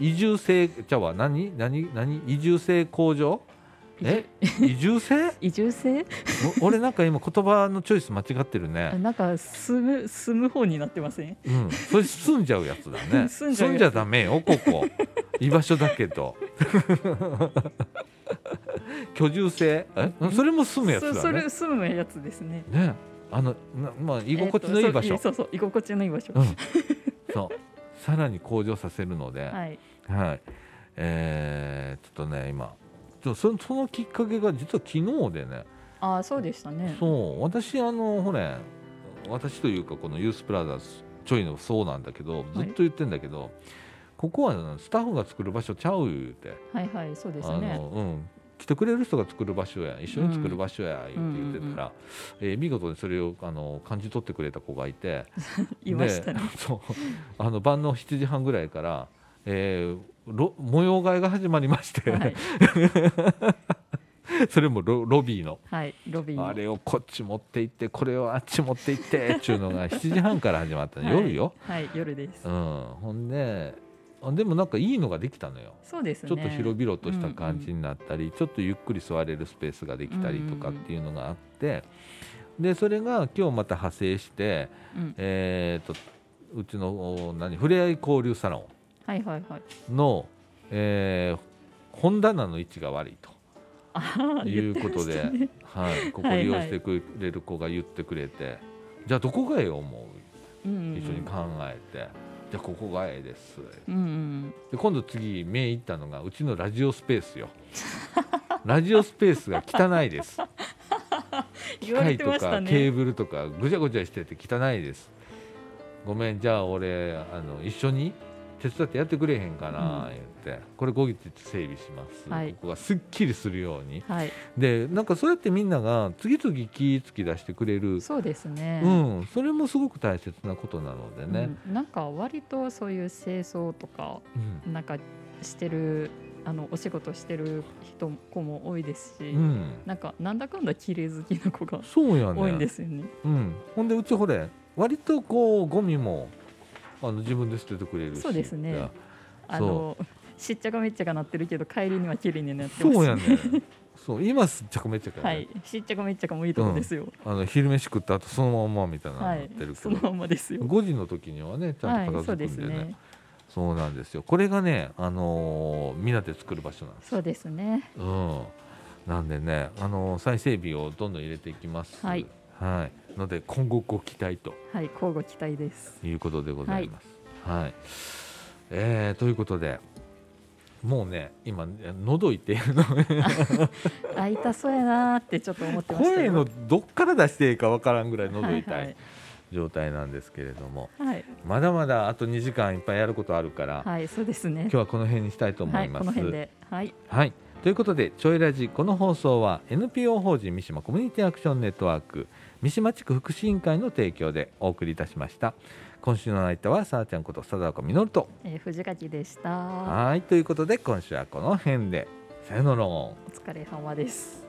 [SPEAKER 1] 移住性じゃあ何何何移住性向上え移住性
[SPEAKER 2] 移住性？
[SPEAKER 1] お俺なんか今言葉のチョイス間違ってる
[SPEAKER 2] あ
[SPEAKER 1] ね、
[SPEAKER 2] なんか住む住む方になってません？
[SPEAKER 1] うん、それ住んじゃうやつだね
[SPEAKER 2] 住んじゃう
[SPEAKER 1] 住
[SPEAKER 2] やつ
[SPEAKER 1] んじゃダメよここ居場所だけど居住性えそれも住むやつだ
[SPEAKER 2] そ
[SPEAKER 1] ね
[SPEAKER 2] それ住むやつですね。
[SPEAKER 1] ねあのなまあ居心地のいい場所、
[SPEAKER 2] えっとそうそうそう居心地のいい場所。
[SPEAKER 1] うんそうさらに向上させるので、は
[SPEAKER 2] はい。
[SPEAKER 1] い、えーちょっとね今ちょそのそのきっかけが実は昨日でね、
[SPEAKER 2] ああそうでしたね。
[SPEAKER 1] そう私あのほれ私というかこのユースプラザちょいのそうなんだけどずっと言ってんだけど、ここはスタッフが作る場所ちゃう言うて、
[SPEAKER 2] はいはいそうです
[SPEAKER 1] あ
[SPEAKER 2] ね。
[SPEAKER 1] のうん来てくれる人が作る場所や一緒に作る場所や言って言ってたら、えー見事にそれをあの感じ取ってくれた子がいて、
[SPEAKER 2] いましたね。
[SPEAKER 1] で そうあの晩の7時半ぐらいから、えーろ模様替えが始まりまして、
[SPEAKER 2] はい。
[SPEAKER 1] それもロロビーの
[SPEAKER 2] はいロビーの
[SPEAKER 1] あれをこっち持って行ってこれをあっち持って行ってっていうの が7時半から始まったの、
[SPEAKER 2] はい
[SPEAKER 1] 夜よ、
[SPEAKER 2] はい夜です、
[SPEAKER 1] うん、ほんであでもなんかいいのができたのよ
[SPEAKER 2] そうですね
[SPEAKER 1] ちょっと広々とした感じになったり、ちょっとゆっくり座れるスペースができたりとかっていうのがあって、でそれが今日また派生して、
[SPEAKER 2] うん、
[SPEAKER 1] えー、とうちのお何ふれあい交流サロ
[SPEAKER 2] はいはいはい
[SPEAKER 1] ンの、えー本棚の位置が悪いと。
[SPEAKER 2] あー
[SPEAKER 1] いう
[SPEAKER 2] 言
[SPEAKER 1] こ
[SPEAKER 2] ってま
[SPEAKER 1] と
[SPEAKER 2] し
[SPEAKER 1] で、
[SPEAKER 2] たね
[SPEAKER 1] はい、ここ
[SPEAKER 2] はい
[SPEAKER 1] 利用してくれる子が言ってくれて、じゃあどこがええ思
[SPEAKER 2] うんう
[SPEAKER 1] うん一緒に考えて、じゃあここがええです
[SPEAKER 2] うんうん
[SPEAKER 1] で今度次目行ったのがうちのラジオスペースよラジオスペースが汚いです機
[SPEAKER 2] 言われ
[SPEAKER 1] 械
[SPEAKER 2] て
[SPEAKER 1] と
[SPEAKER 2] まし
[SPEAKER 1] か
[SPEAKER 2] た
[SPEAKER 1] ケー
[SPEAKER 2] ね
[SPEAKER 1] ブルとかぐちゃぐちゃしてて汚いですごめんじゃあ俺あの一緒に手伝ってやってくれへんかな
[SPEAKER 2] う
[SPEAKER 1] 言って、これ後日整備します、
[SPEAKER 2] はい
[SPEAKER 1] ここがすっきりするように
[SPEAKER 2] はい
[SPEAKER 1] でなんかそうやってみんなが次々気ぃつき出してくれる、
[SPEAKER 2] そうですね
[SPEAKER 1] うん、それもすごく大切なことなのでね、
[SPEAKER 2] うんなんか割とそういう清掃とか
[SPEAKER 1] うん
[SPEAKER 2] なんかしてるあのお仕事してる人子も多いですし、
[SPEAKER 1] うん
[SPEAKER 2] なんかなんだかんだ綺麗好きな子が
[SPEAKER 1] そうやね
[SPEAKER 2] 多いんですよね。
[SPEAKER 1] うん、ほんでうちほれ割とこうゴミもあの自分で捨ててくれるし
[SPEAKER 2] そうですね
[SPEAKER 1] いや
[SPEAKER 2] あのしっちゃかめっちゃかなってるけど帰りには綺麗になってます、
[SPEAKER 1] そうやねそう今すっちゃくめっちゃく、ね
[SPEAKER 2] はい、しっちゃかめっちゃかもいいとこですよ。
[SPEAKER 1] あの昼飯食った後そのまんまみたいなの
[SPEAKER 2] は
[SPEAKER 1] になっ
[SPEAKER 2] い
[SPEAKER 1] てる、け
[SPEAKER 2] そ
[SPEAKER 1] ど、
[SPEAKER 2] のまんまですよ。
[SPEAKER 1] 5時の時にはねちゃ
[SPEAKER 2] は
[SPEAKER 1] んと
[SPEAKER 2] い、そ
[SPEAKER 1] 片付
[SPEAKER 2] うで
[SPEAKER 1] くんで
[SPEAKER 2] す
[SPEAKER 1] ね,、
[SPEAKER 2] ね。
[SPEAKER 1] そうなんですよこれがねあのー、みんなで作る場所なんです
[SPEAKER 2] そうですね。
[SPEAKER 1] うん、なんでね、あの再整備をどんどん入れていきます。
[SPEAKER 2] はい。
[SPEAKER 1] はい、ので、今後ご期待と
[SPEAKER 2] はい、交互期 待です。
[SPEAKER 1] いうことでございます。はい。えーということで。もうね、今、喉痛いっていうの、
[SPEAKER 2] あ、痛そうやなーってちょっと思ってました。
[SPEAKER 1] 声のどっから出していいかわからんぐらい喉
[SPEAKER 2] は
[SPEAKER 1] 痛
[SPEAKER 2] いはい
[SPEAKER 1] い状態なんですけれども。
[SPEAKER 2] はい、
[SPEAKER 1] まだまだあと2時間いっぱいやることあるから、
[SPEAKER 2] はい、そうですね
[SPEAKER 1] 今日。はこの辺にしたいと思
[SPEAKER 2] はいい、
[SPEAKER 1] ま
[SPEAKER 2] こ
[SPEAKER 1] す。
[SPEAKER 2] の辺で、はい、
[SPEAKER 1] はい、ということで「ちょいラジ」この放送は NPO 法人三島コミュニティアクションネットワーク三島地区福祉委員会の提供でお送りいたしました今週の相手はさあちゃんこと貞岡稔と
[SPEAKER 2] えー、藤垣でした。
[SPEAKER 1] はいということで今週はこの辺でさよなら。
[SPEAKER 2] お疲れ様です。